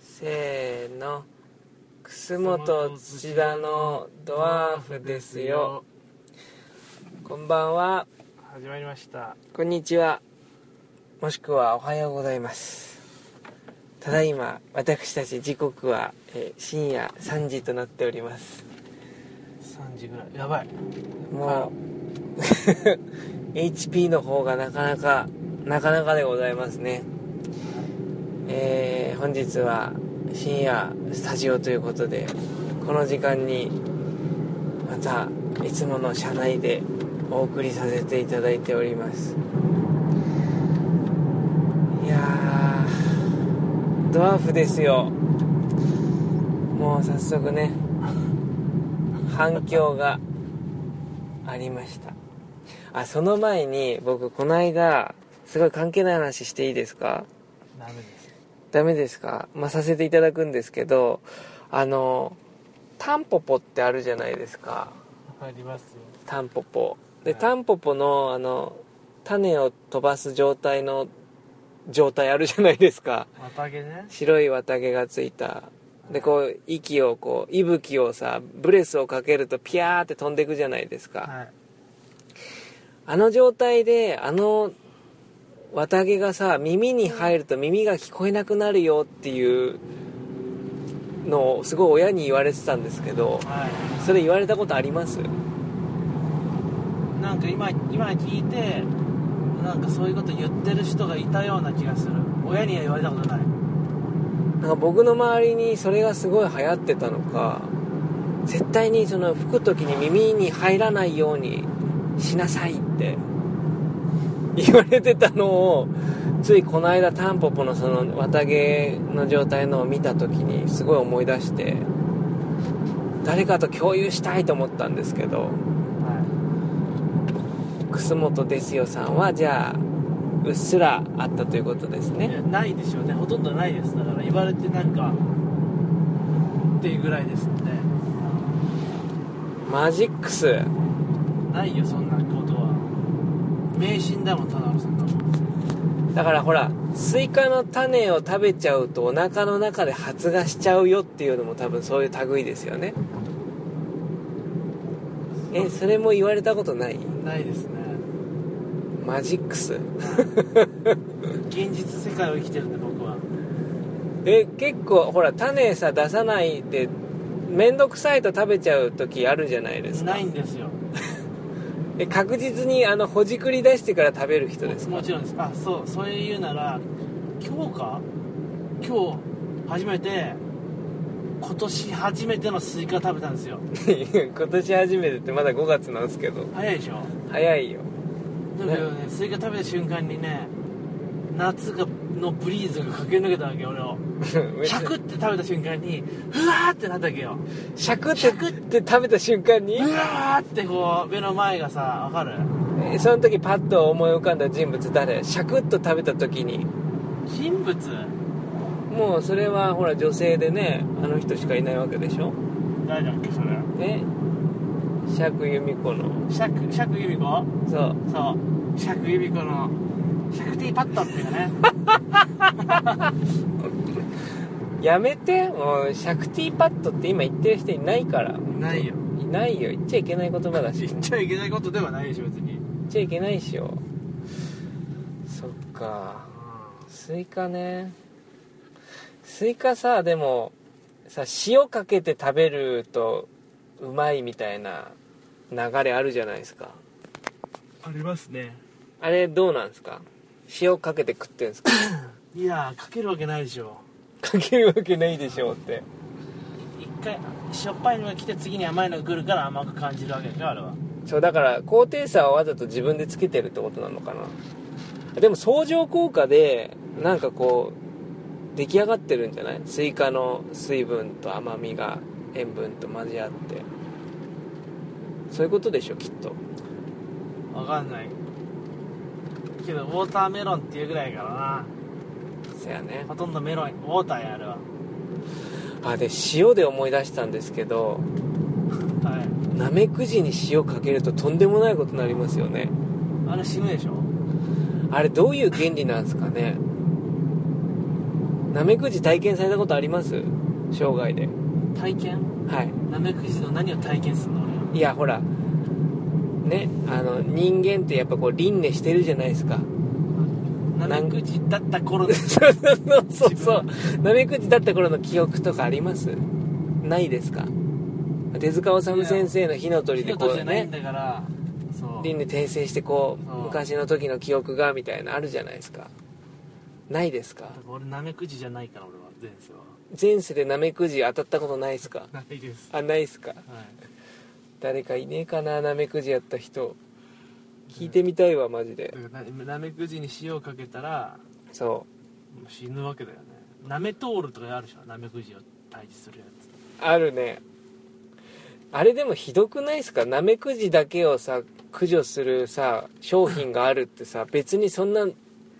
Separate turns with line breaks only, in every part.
せーの楠本土田のドワーフですよこんばんは
始まりました
こんにちはもしくはおはようございますただいま私たち時刻は、えー深夜3時となっております
3時ぐらいやばい
もう HP の方がなかなかなかなかでございますねえー本日は深夜スタジオということでこの時間にまたいつもの車内でお送りさせていただいておりますいやードワーフですよもう早速ね反響がありましたあその前に僕この間すごい関係ない話していいですか
ダメです
ダメですかまあさせていただくんですけどあのタンポポってあるじゃないですか
ありますよ
タンポポで
はい
タンポポのあの種を飛ばす状態の状態あるじゃないですか
綿毛ね
白い綿毛がついたでこう息をこう息吹をさブレスをかけるとピャーって飛んでいくじゃないですか、
はい
あの状態であの綿毛がさ耳に入ると耳が聞こえなくなるよっていうのをすごい親に言われてたんですけど
は
それ言われたことあります
いなんか今今聞いてなんかそういうこと言ってる人がいたような気がする親には言われたことない
なんか僕の周りにそれがすごい流行ってたのか絶対にその吹く時に耳に入らないようにしなさいって言われてたのをついこの間タンポポのその綿毛の状態のを見た時にすごい思い出して誰かと共有したいと思ったんですけど
は
楠本ですよさんはじゃあうっすらあったということです
い
ね
やないでしょうねほとんどないですだから言われてなんかっていうぐらいですって
マジックス
ないよそんなことは迷信だもん田中さんだもん
だからほらスイカの種を食べちゃうとお腹の中で発芽しちゃうよっていうのも多分そういう類ですよねえそれも言われたことない
ないですね
マジックス
現実世界を生きてるんで僕は
え結構ほら種さ出さないで面倒くさいと食べちゃう時あるじゃないですか
ないんですよ
え確実にあのほじくり出してから食べる人です か
もちろんですあそうそれ言うなら今日か今日初めて今年初めてのスイカ食べたんですよ
今年初めてってまだ5月なんですけど
早いでしょ
早いよ
だけどねスイカ食べた瞬間にね夏がのブリーズが駆け抜けたわけ俺をシャクって食べた瞬間にうわーってなったわけよ
シャクってって食べた瞬間に
うわーってこう目の前がさわかる
えーその時パッと思い浮かんだ人物誰シャクッと食べた時に
人物
もうそれはほら女性でねあの人しかいないわけでしょ
誰だっけそれ
ね釈由美子の
釈釈由美子
そう
そう釈由美子の釈ティパッドっていうね
やめてもうシャクティパッドって今言ってる人いないから
ないよ
いないよ言っちゃいけない言葉だし
言っちゃいけないことではないでしょ別に
言っちゃいけないっしょそっかスイカねスイカさでもさ塩かけて食べるとうまいみたいな流れあるじゃないですか
ありますね
あれどうなんですか塩かけて食ってんですか
いやーかけるわけないでしょ
かけるわけないでしょうって
一回しょっぱいのが来て次に甘いのが来るから甘く感じるわけでしょあれは
そうだから高低差をわざと自分でつけてるってことなのかなでも相乗効果でなんかこう出来上がってるんじゃないスイカの水分と甘みが塩分と混じ合ってそういうことでしょきっと
わかんないけどウォーターメロンっていうぐらいやからな
そやね
ほとんどメロンウォーターやあれは
あで塩で思い出したんですけど
はい
ナメクジに塩かけるととんでもないことになりますよね
あれ死ぬでしょ
あれどういう原理なんですかねなめくじ体験されたことあります生涯で
体験
はい
ナメクジの何を体験するの俺
いやほらねあの人間ってやっぱこう輪廻してるじゃないです か
はナメクジだった頃の
そうそうそうなめくじだった頃の記憶とかありますないですか手塚治虫先生の火の鳥
火
で
の
こ
鳥
う
じゃないん
ね
だからそう
輪廻転生してこう
うん
昔の時の記憶がみたいなあるじゃないですかないですか
俺ナメクジじゃないから俺は前世は
前世でなめくじ当たったことないですか
ないです
あないですか
はい
誰かいねえかななめくじやった人聞いてみたいわマジで
だからなナメクジに塩をかけたら
そ
もう死ぬわけだよねナメトールとかあるでしょナメクジを退治するや
うあるねあれでもひどくないですかなめくじだけをさ駆除するさ商品があるって さ別にそんな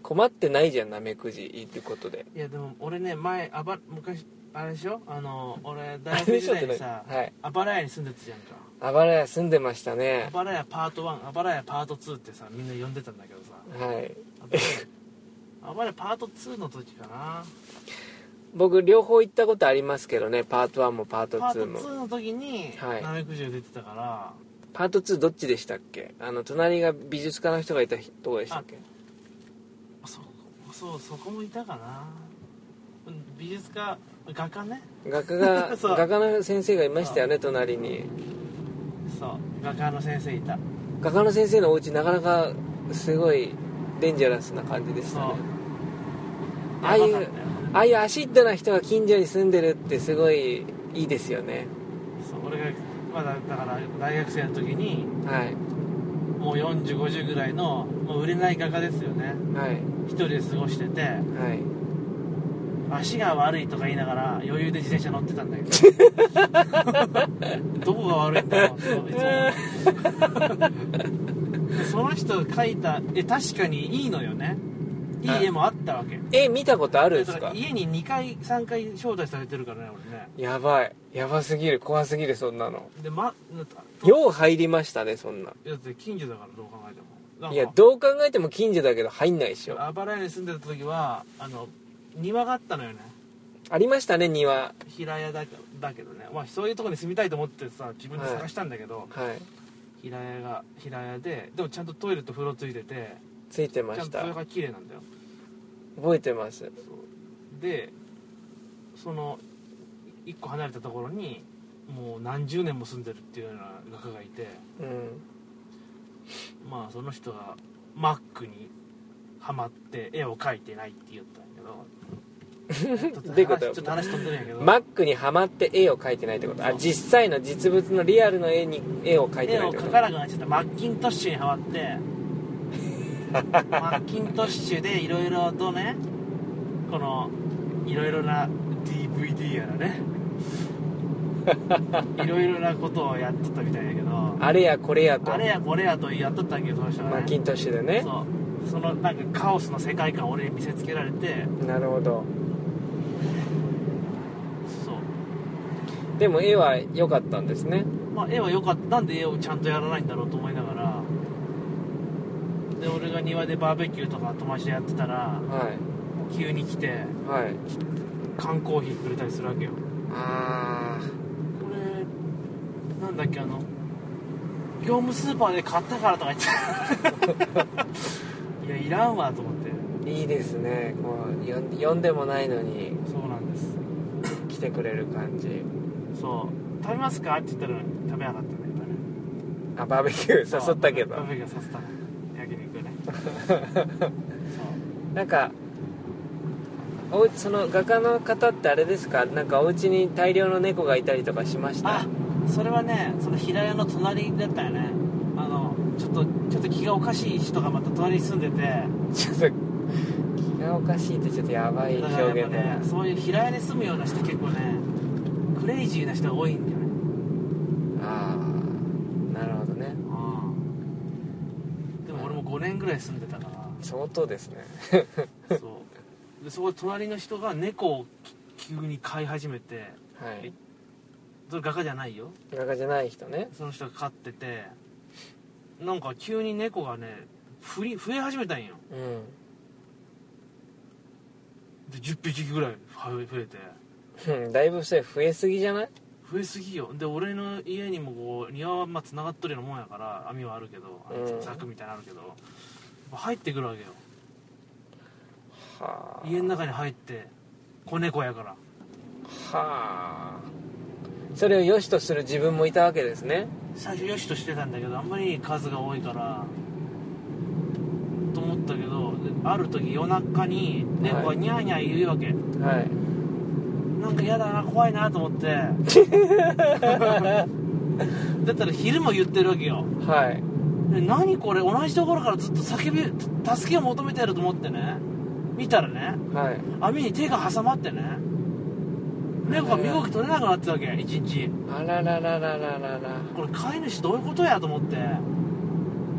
困ってないじゃんなめくじってことで
ついやでも俺ね前あば昔あれでしょあの俺
あ
大
れ
学
でし
時
ょっ
代
て
に
ね
さ
はい
あばら屋に住んでたじゃんか
あばら屋住んでましたね
あばら屋パート1あばら屋パート2ってさみんな呼んでたんだけどさ
はい
あばら屋あばら屋パート2の時かな
僕両方行ったことありますけどねパート1もパート
パート
2も
2の時に
はい
ナメクジが出てたから、
パート2どっちでしたっけあの隣が美術家の人がいたとこでしたっけ
そこそうそこもいたかなうん美術家画家ね
画家が
そう
画家の先生がいましたよね隣に
そう画家の先生いた
画家の先生のお家なかなかすごいデンジャラスな感じでし
そう
たねああい
やばか
う
ったよ
ああいうアシッドな人が近所に住んでるってすごいいいですよね
そう俺がまだだから大学生の時に
はい
もう4050ぐらいのもう売れない画家ですよね
はい
一人で過ごしてて
はい
足が悪いとか言いながら余裕で自転車乗ってたんだ けどどこが悪いんだろうといつも思 ってその人が描いた絵確かにいいのよねいい絵もあったわけ
え見たことあるんです
だから
か
家に2回3回招待されてるからね俺ね
やばいやばすぎる怖すぎるそんなの
でま
よう入りましたねそんな
だって近所だからどう考えてもなんか
いやどう考えても近所だけど入んないでしょ
あばら屋に住んでた時はあの庭があったのよね
ありましたね庭
平屋だけだけどね、まあ、そういうとこに住みたいと思ってさ自分で探したんだけど、
はい
平屋が平屋ででもちゃんとトイレと風呂ついてて
ついてま
ちゃ
し
んと
た
それが綺麗なんだよ
覚えてます
そうでその一個離れたところにもう何十年も住んでるっていうような画家がいて
うん
まあその人がマックにハマって絵を描いてないって言ったんや けど
どういうこと
ちょっと話飛んでるんやけど
マックにはまって絵を描いてないってことあ
そう
実際の実物のリアルの絵に絵を描いて
絵
ないっ
を
てこ
描
と
かなくなっちゃったマッキントッシュにハマってマッキントッシュでいろいろとねこのいろいろな DVD やら ねいろいろなことをやっとったみたいやけど
あれやこれやと
あれやこれやとやっとったんやけどその人
マ
は
ッキ
ね
ントッシュでね
そうそのなんかカオスの世界観を俺に見せつけられて
なるほど
そう
でも絵は良かったんですね
まあ絵は良かったなんで絵をちゃんとやらないんだろうと思いながらで俺が庭でバーベキューとか友達でやってたら
は
急に来て
いはい
缶コーヒーくれたりするわけよこ
あ
れなんだっけあの業務スーパーで買ったからとか言って いやいらんわと思って
ーいいですねこうよん読んでもないのに
そうなんです
来てくれる感じ
そう食べますかって言ったら食べなかったね今ね
あバーベキュー
そう
誘ったけど
バーベキュー誘ったね焼肉ね そ
なんかおうその画家の方ってあれですかなんかお家に大量の猫がいたりとかしまし
う
た
あそれはねその平屋の隣だったよねあのちょっとちょっと気がおかしい人がまた隣に住んでて
ちょっと気がおかしいってちょっとやばい
だからやっ
表
ぱ
現だ
ね
な
そういう平屋に住むような人結構ねクレイジーな人が多いんだよね
ああなるほどね
でも俺も5年ぐらい住んでたか
相当ですね
らそうでそこで隣の人が猫を急に飼い始めて
はい
それ画家じゃないよ
画家じゃない人ね
その人が飼っててなんか急に猫がねふり増え始めたんよ
うん
で10匹ぐらい増え増えて
うん だいぶそれ増えすぎじゃない
増えすぎよで俺の家にもこう庭はまあ繋がっとるようなもんやから網はあるけど
うん
柵みたいなのあるけど、入ってくるわけよ
はあ
家の中に入って子猫やから
はあそれを良しとする自分もいたわけですね
最初よしとしてたんだけどあんまり数が多いからと思ったけどである時夜中に猫がニャーニャー言うわけ、
はい
なんか嫌だな怖いなと 思ってだったら昼も言ってるわけよ
はい
で何これ同じところからずっと叫び助けを求めてると思ってね見たらね
はい
網に手が挟まってね猫が身動き取れなくなってたわけ一日
あららららららら
これ飼い主どういうことやと思ってで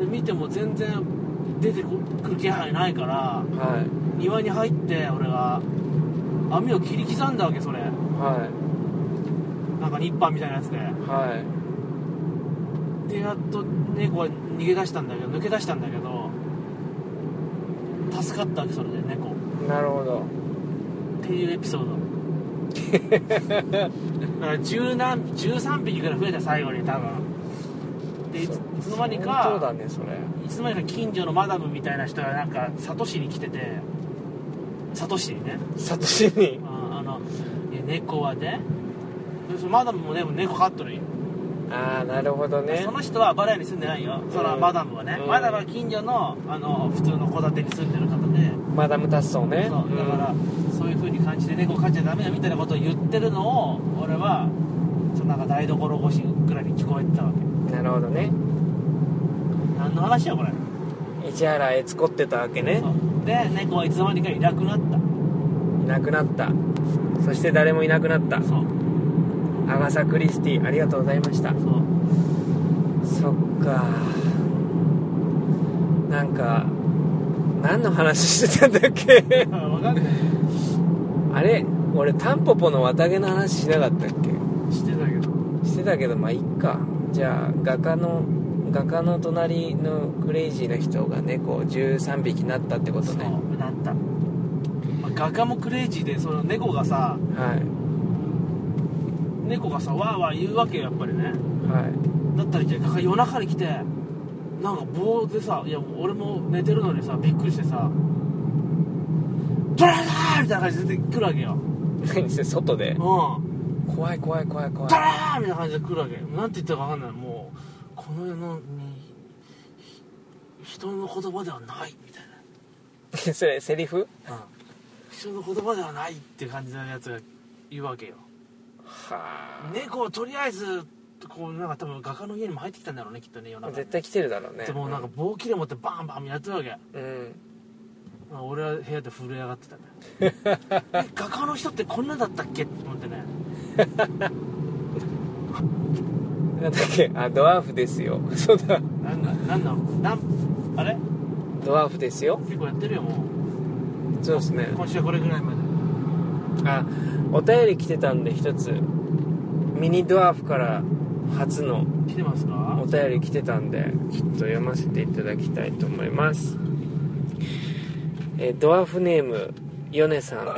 見ても全然出てくる気配ないから
はい
庭に入って俺が網を切り刻んだわけそれ
は
なんかニッパーみたいなやつで
いはい
でやっと猫は逃げ出したんだけど抜け出したんだけど助かったわけそれで猫
なるほど
っていうエピソード だから十何13匹ぐらい増えた最後に多分でいつ
そ
いつの間に
そうだ
か
ねそれ
いつの間にか近所のマダムみたいな人がなんか佐渡市に来てて佐渡市にね
サトシに
ああのいや猫はねでそのマダムもね猫飼っとるよ
ああなるほどね
その人はバレエに住んでないよそのマダムはね、
うん
マダムは近所のあの普通の戸建てに住んでる方で
マダムタッソーね
そうだから、そういう風に感じて猫飼っちゃダメだみたいなことを言ってるのを俺はそのなんか台所越しぐらいに聞こえてたわけ
うんなるほどね
何の話やこれ
市原悦子ってたわけね
そうで猫はいつの間にかいなくなった
いなくなったそして誰もいなくなった
そう
アガサ・クリスティありがとうございました
そう
そっかなんか何の話してたんだっけ
分かんない
あれ俺タンポポの綿毛の話しなかったっ
知ってたけど
けしてたけどまあいっかじゃあ画家の画家の隣のクレイジーな人が猫13匹なったってこと
そう
ね
なった、まあ画家もクレイジーでその猫がさ
はい
猫がさわーわー言うわけよやっぱりね
はい
だったらじゃあ夜中に来てなんか棒でさいやもう俺も寝てるのにさびっくりしてさ「ドラだー!」みたいな感じで出てくるわけよ
何それ外で
うん
怖い怖い怖い怖い
ドラーみたいな感じで来るわけなんて言ったか分かんないもうこの世のにひ人の言葉ではないみた い
それセリフ
な、うん、人の言葉ではないっていう感じのやつが言うわけよ
は
猫をとりあえずこうなんか多分画家の家にも入ってきたんだろうねきっとね夜
あ
中に
絶対来てるだろうね
でもなんか棒切れ持ってバンバンやってるわけ
うん
まあ俺は部屋で震え上がって たねえ画家の人ってこんなだったっけって思ってね
なんだっけあドワーフですよそうだ
なんだなんだなんあれ
ドワーフですよ
結構やってるよも
そうですね
う今週はこれぐらいまで
あお便り来てたんで一つミニドワーフから初の
来てますか
お便り来てたんでちょっと読ませていただきたいと思いますえードワーフネームヨネさん から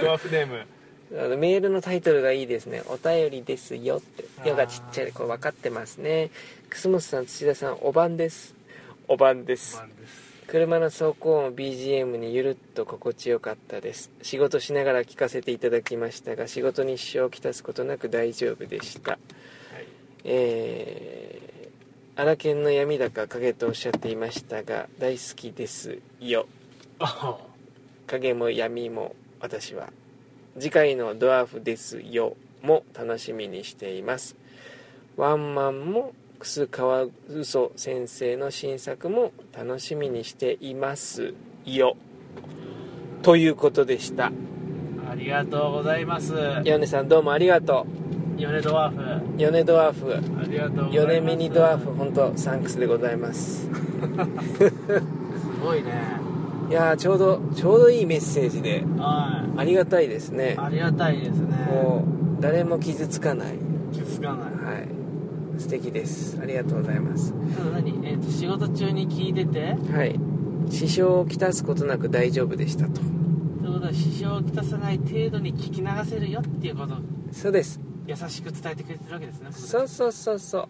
ドワーフネーム
あのメールのタイトルがいいですね「お便りですよ」って「よ」がちっちゃいこれ分かってますね楠本さん土田さんおばんですおばんです車の走行音を BGM にゆるっと心地よかったです仕事しながら聞かせていただきましたが仕事に支障をきたすことなく大丈夫でした、えー、荒研の闇だか影とおっしゃっていましたが大好きですよ
あ
影も闇も私は次回の「ドワーフですよ」も楽しみにしていますワンマンも楠川嘘先生の新作も楽しみにしていますよということでした
ありがとうございます
ヨネさんどうもありがと
ヨネドワーフ
うヨネドワーフ
ありがとうございます
ヨネミニドワーフ本当サンクスでございます
すごいね
いやーちょうどちょうどいいメッセージで
は
ありがたいですね
いありがたいですね
こう誰も傷つかない
気づかない
はい素敵ですありがとうございます
ただ何えっ、と仕事中に聞いてて
はい支障をきたすことなく大丈夫でしたと
いうことは支障をきたさない程度に聞き流せるよっていうことを
そうです
優しく伝えてくれてるわけですね
そうそうそうそう
はい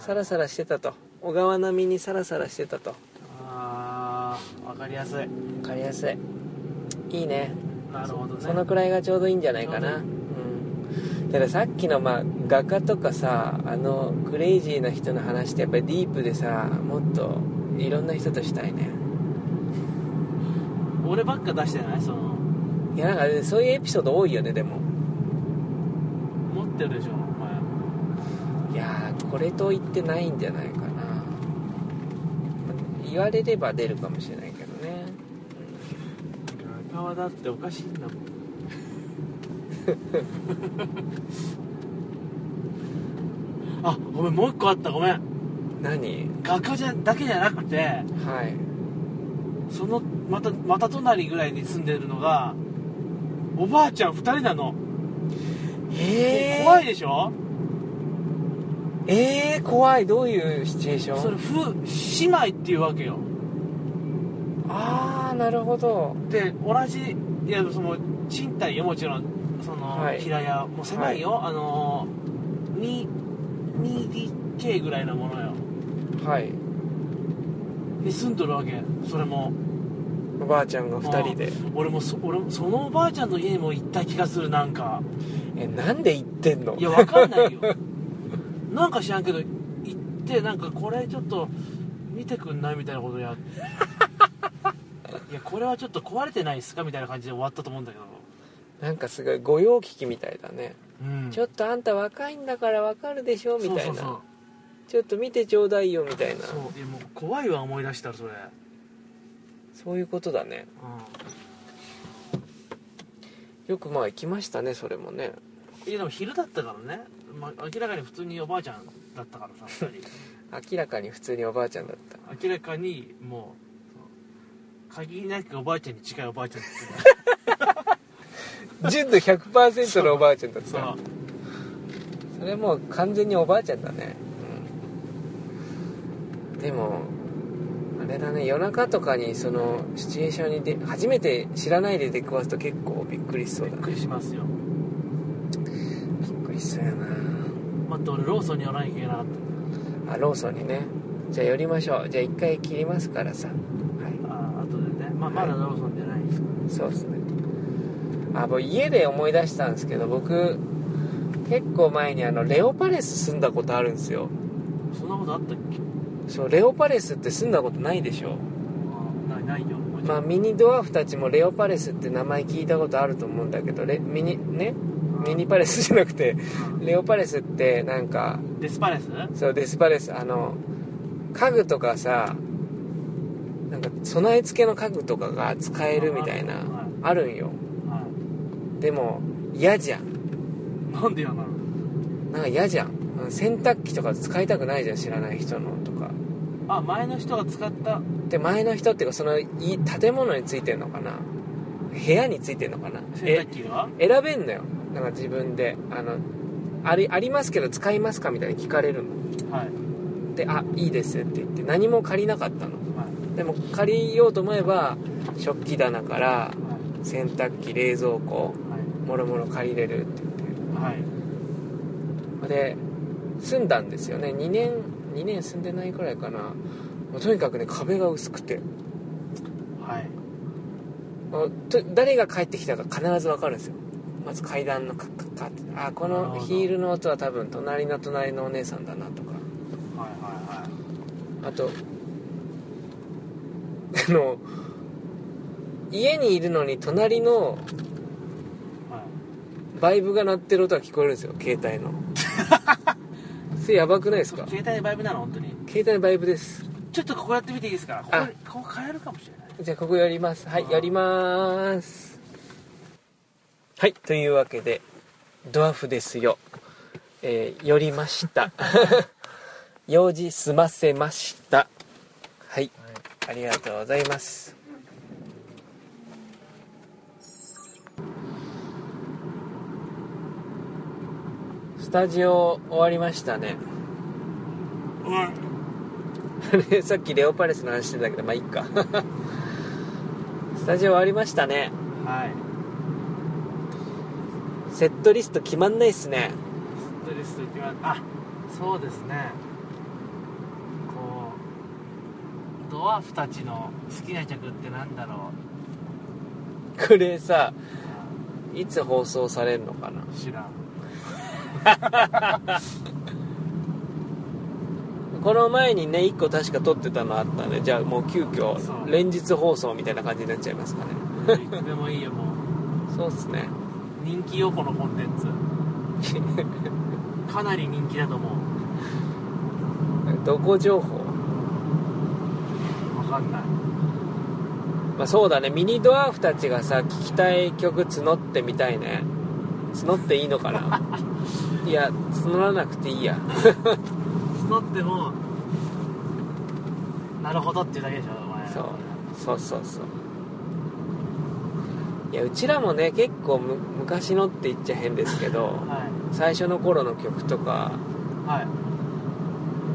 サラサラしてたと小川並みにサラサラしてたと
あーわかりやすい
分かりやすいいいね
なるほどね
そのくらいがちょうどいいんじゃないかな、
ちょうど
うん、だからさっきの、まあ、画家とかさあのクレイジーな人の話ってやっぱりディープでさもっといろんな人としたいね
俺ばっか出してないその
いやなんかそういうエピソード多いよねでも
持ってるでしょお前
いやーこれと言ってないんじゃないかな言われれば出るかもしれないけどね
画家はだっておかしいんだもん あごめんもう一個あったごめん
何
画家じゃだけじゃなくて
はい
そのまたまた隣ぐらいに住んでるのがおばあちゃん2人なの、
え
怖い
い
でしょ
えー、怖いどういうシチュエーション
それ夫姉妹っていうわけよ
ああなるほど
で同じいやその賃貸よもちろんその、
はい
平屋もう狭いよ、あのー 2- 2DK ぐらいなものよ
はい
に住んどるわけそれも
おばあちゃんが2人で
うん俺もそ俺もそのおばあちゃんの家にも行った気がするなんか
えなんで行ってんの
いやわか んないよなんか知らんけど行ってなんかこれちょっと見てくんないみたいなこと やっていやこれはちょっと壊れてないっすかみたいな感じで終わったと思うんだけど、
なんかすごい御用聞きみたいだね、
うん、
ちょっとあんた若いんだからわかるでしょみたいな
そうそう
ちょっと見てちょうだいよみたいな
そ
そ
う
う
そういやもう怖いわ思い出したらそれ、
いうことだね
う
よくまあ行きましたねそれもね
ん、いやでも昼だったからね、まあ、明らかに普通におばあちゃんだったからさ2人
明らかに普通におばあちゃんだった
明らかにもうそう限りなくおばあちゃんに近いおばあちゃんだったか
純度100%のおばあちゃんだっ
ら
た
そ
そうれもう完全におばあちゃんだね、うん、でもあれだね夜中とかにそのシチュエーションにで初めて知らないで出くわすと結構びっくりしそうだ
びっ
ね
くりしますよ
びっくりしそうやな
待って俺ローソンに寄らなきゃいけなかっ
あローソンにねじゃあ寄りましょうじゃあ一回切りますからさは
たああとでね、まあ、まだローソンじゃないです
いそうですねあ僕家で思い出したんですけど僕結構前にあのレオパレス住んだことあるんですよ
そんなことあったっけ
そうレオパレスって住んだことないでしょ
あないないよもち
ま
ろ
あ
ん
ミニドワーフたちもレオパレスって名前聞いたことあると思うんだけどレミニねミニパレスじゃなくて
うん
レオパレスってなんか
デスパレスうん
そうデスパレスあの家具とかさなんか備え付けの家具とかが使えるみたいな
は
あるんよ
は
でも嫌じゃん
いなんでやなの
なんか嫌じゃんうん洗濯機とか使いたくないじゃん知らない人のとか
あ前の人が使った
で前の人っていうかそのい建物についてんのかな部屋についてんのかな
洗
え
濯機は
選べんのよなんか自分であのありありますけど使いますかみたいに聞かれるの
はい
で「あいいです」って言って何も借りなかったの
は
でも借りようと思えば食器棚から
いは
洗濯機冷蔵庫
い
もろもろ借りれるって
はいはい
言ってで住んだんですよね2年2年住んでないくらいかなもうとにかくね壁が薄くて
はい
もうと誰が帰ってきたか必ず分かるんですよまず階段のカッカッカッってあこ
なるほ
の
ど
ヒールの音は多分隣の隣のお姉さんだなとか
はいは
あと あの家にいるのに隣の
いはいはい
バイブが鳴ってる音が聞こえるんですよ携帯 のそれやばくないですか
携帯バイブなの本当に
携帯のバイブです
ちょっとここやってみていいですかこ
あ
こここ変えるかもしれない
じゃあここやりますはい
あー
やりまーすはいというわけでドワーフですよえー寄りました 用事済ませましたはいありがとうございますスタジオ終わりましたね さっきレオパレスの話してたけどまあいいかスタジオ終わりましたね
うんはい
セットリスト決まんないっすね
セットリストいきますあそうですねこうドワーフたちの好きな曲ってなんだろ
これさ
う
いつ放送されるのかな
知らん
この前にね1個確か撮ってたのあったんでじゃあもう急
そ
遽
う
連日放送みたいな感じになっちゃいますかね
いつでもいいよもう
そうっすね
人気よこのコンテンツかなり人気だと思
どこ情報
うわかんない
まあそうだねミニドワーフたちがさ聴きたい曲募ってみたいね募っていいのか ないや募らなくていいや
募ってもなるほどっていうだけでしょお前
そうそうそうそういやうちらもね結構む昔のって言っちゃ変ですけど
はい
最初の頃の曲とか
は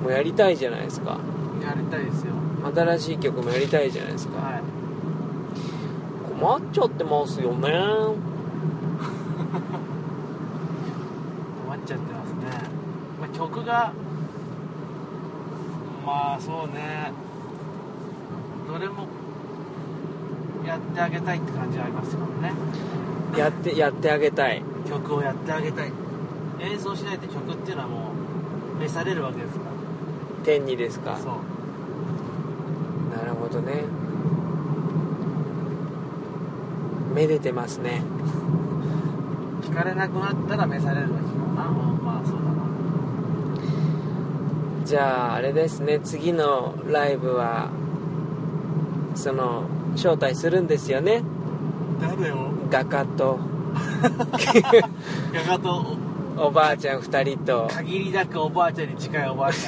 もうやりたいじゃないですか
いやりたいですよ
新しい曲もやりたいじゃないですか、
はい
困っちゃってますよね
困っちゃってますね、まあ、曲がまあそうねどれもやってあげたいって感じはありますよね
やってやってあげたい
曲をやってあげたい演奏しないと曲っていうのはもう召されるわけですか
天にです
ら
か
そう
なるほどねめでてますね
聞かれなくなったら召されるわけだなまあそうだな
じゃああれですね次のライブはその招待するんですよね
誰を
画家 と
かかと
おばあちゃん2人と
限りなくおばあちゃんに近いおばあち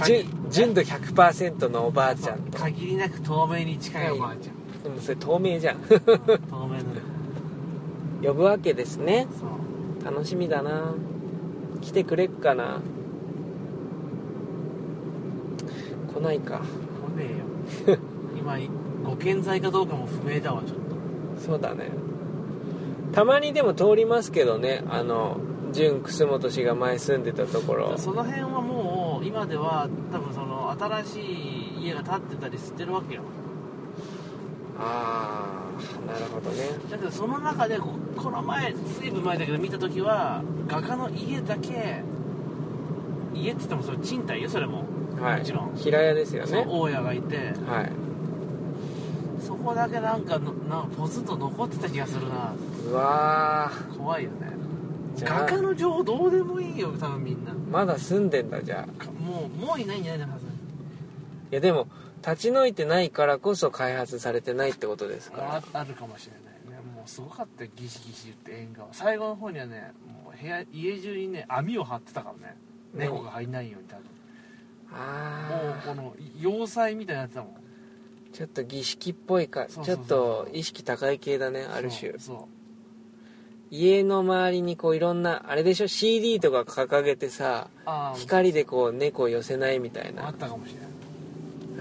ゃん
じゅ純度100%のおばあちゃんと
限りなく透明に近いおばあちゃん
でもそれ透明じゃん
透明の
呼ぶわけですね
そう
楽しみだな来てくれっかな来ないか
来ねえよ今ご健在かどうかも不明だわちょっ
そうだねたまにでも通りますけどねあの純楠本氏が前住んでたところ
とその辺はもう今では多分その新しい家が建ってたりしてるわけよ
ああなるほどね
だけどその中でここの前ずいぶん前だけど見た時は画家の家だけ家っつってもそれ賃貸よそれも、
はい
もちろん
平屋ですよ
その
ね
大家がいて
はい
そこだけなんかのなんかポツンと残ってた気がするな
うわ
怖いよね
じゃあ
画家の情報どうでもいいよ多分みんな
ーまだ住んでんだじゃあ
もうもういないんじゃないのはず
いやでも立ち退いてないからこそ開発されてないってことですから
ああるかもしれないねもうすごかったよギシギシ言って縁側最後の方にはねもう部屋家中にね網を張ってたからね
ね
猫が入んないように多分もう
ああ
この要塞みたいになってたもん
ちょっと儀式っぽいか
そうそうそう
ちょっと意識高い系だねある種
そうそ
家の周りにこういろんなあれでしょ CD とか掲げてさ
うああ
光でこう猫を寄せないみたい
あ
な
ったかもしれない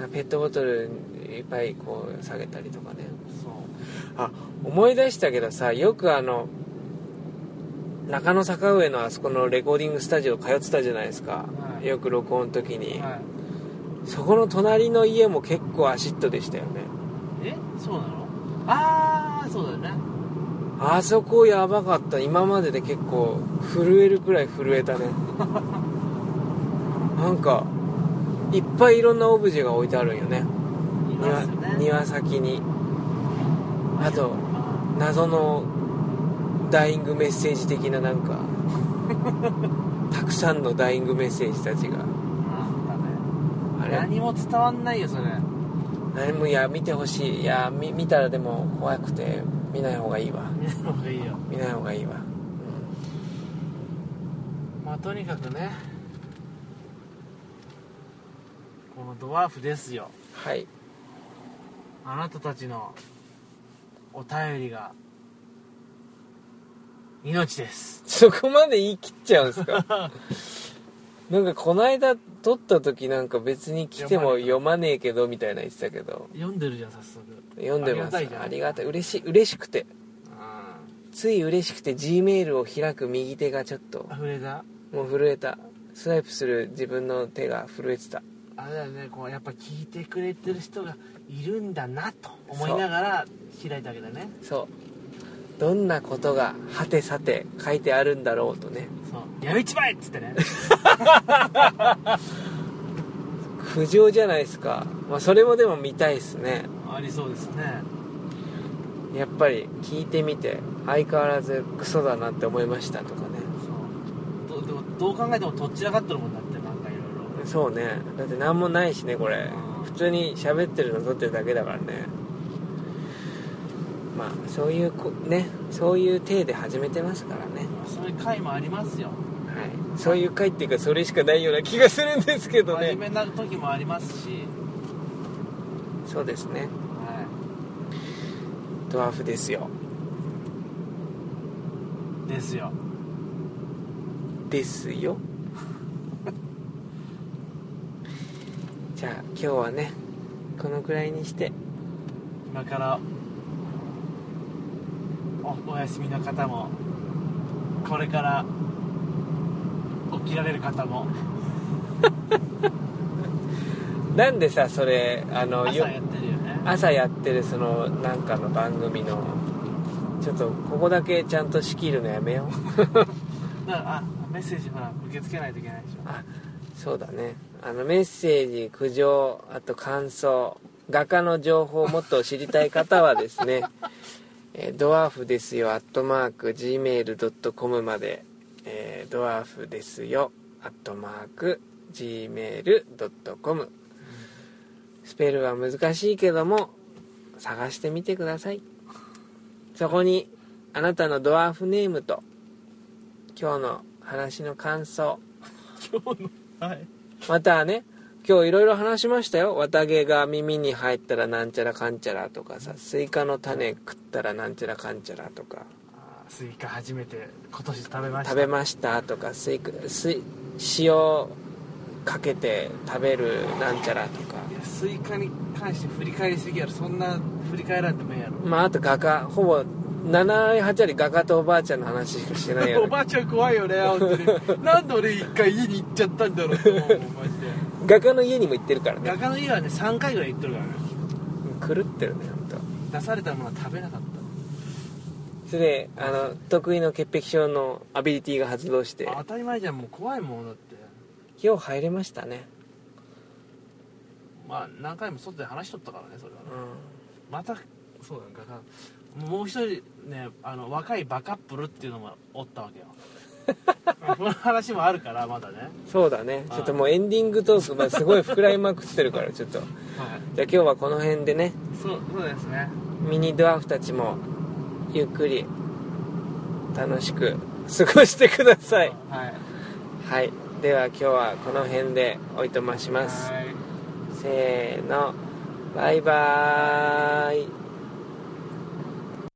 ペットボトルいっぱいこう下げたりとかね
そう
あ思い出したけどさよくあの中野坂上のあそこのレコーディングスタジオ通ってたじゃないですか、
はい
よく録音の時に、
はい
そこの隣の家も結構アシッドでしたよね
えそうなのああそうだよね
あそこやばかった今までで結構震えるくらい震えた ねなんかいっぱいいろんなオブジェが置いてあるんよね
い
庭
ますよね
庭先にあと
あ
謎のダイイングメッセージ的ななん かたくさんのダイイングメッセージたちが
あ
あ
ったね
れ
何も伝わんないよそれ
何もいや見てほしいいやみ見たらでも怖くて見ない方がいいわ
見ない方がいいよ
見ない方がいいわ
まあとにかくねこのドワーフですよ
はい
あなたたちのお便りが命です
そこまで言い切っちゃうんですか なんかこの間撮った時なんか別に来ても読まねえけどみたいな言ってたけど
読んでるじゃん早速
読んでます
ありがたいじゃん
ありがたい嬉しい嬉しくて
あ
つい嬉しくて G メールを開く右手がちょっと
あ溢れた
もう震えたスワイプする自分の手が震えてた
あれだよねこうやっぱ聞いてくれてる人がいるんだなと思いながら開いたわけだね
そうどんなことがはてさて書いてあるんだろうとね
そうやめちまえっつってね
苦情じゃないですか、まあ、それもでも見たいですね
ありそうですね
やっぱり聞いてみて相変わらずクソだなって思いましたとかね
そうどでもどう考えてもとっちらかってるもんだってなんかいろいろ
そうねだって何もないしねこれ
うん
普通に喋ってるの撮ってるだけだからねまあそういうこねそういう体で始めてますからね
そういう回もありますよ
はいそういう回っていうかそれしかないような気がするんですけど
真
ね
面目な時もありますし、
そうですね
は
ドワーフですよ
い、ですよ
ですよ じゃあ今日はねこのくらいにして
今からおお休みの方もこれから起きられる方も
なんでさそれあの
朝
よ
やってるよね
朝やってるそのなんかの番組のちょっとここだけちゃんと仕切るのやめよう
だからあメッセージほら受け付けないといけないでしょ
あそうだねあのメッセージ苦情あと感想画家の情報をもっと知りたい方はです ねえードワーフですよアットマーク Gmail.com まで、えードワーフですよアットマーク Gmail.com スペルは難しいけども探してみてくださいそこにあなたのドワーフネームと今日の話の感想
今日のはい
またね今日いろいろ話しましたよ綿毛が耳に入ったらなんちゃらかんちゃらとかさスイカの種食ったらなんちゃらかんちゃらとか
あスイカ初めて今年食べました
食べましたとかスイカスイ塩かけて食べるなんちゃらとか
いやスイカに関して振り返りすぎやろそんな振り返らんでもええやろ
まああと画家ほぼ7割8割画家とおばあちゃんの話しかしてないよ
お
ね
ばあちゃん怖いよね本当になんで俺一回家に行っちゃったんだろうと思うもんマジで
画家の家にも行ってるからね
画家の家はね3回ぐらい行ってるからね
狂ってるね本当。
出されたものは食べなかった
それであの得意の潔癖症のアビリティが発動して
当たり前じゃんもう怖いもんだって
今日入れましたね
まあ何回も外で話しとったからねそれはね
う
またそうだね画家もう一人ねあの若いバカップルっていうのもおったわ けよこの話もあるからまだね、
んそうだね
はい
ちょっともうエンディングトーク、まあ、すごい膨らみまくってるからちょっとじゃ
は
あ
い、
今日はこの辺でね
そうそうですね
ミニドワーフたちもゆっくり楽しく過ごしてください
はい
はいでは今日はこの辺でおいとまします
はい
せーのバイバーイ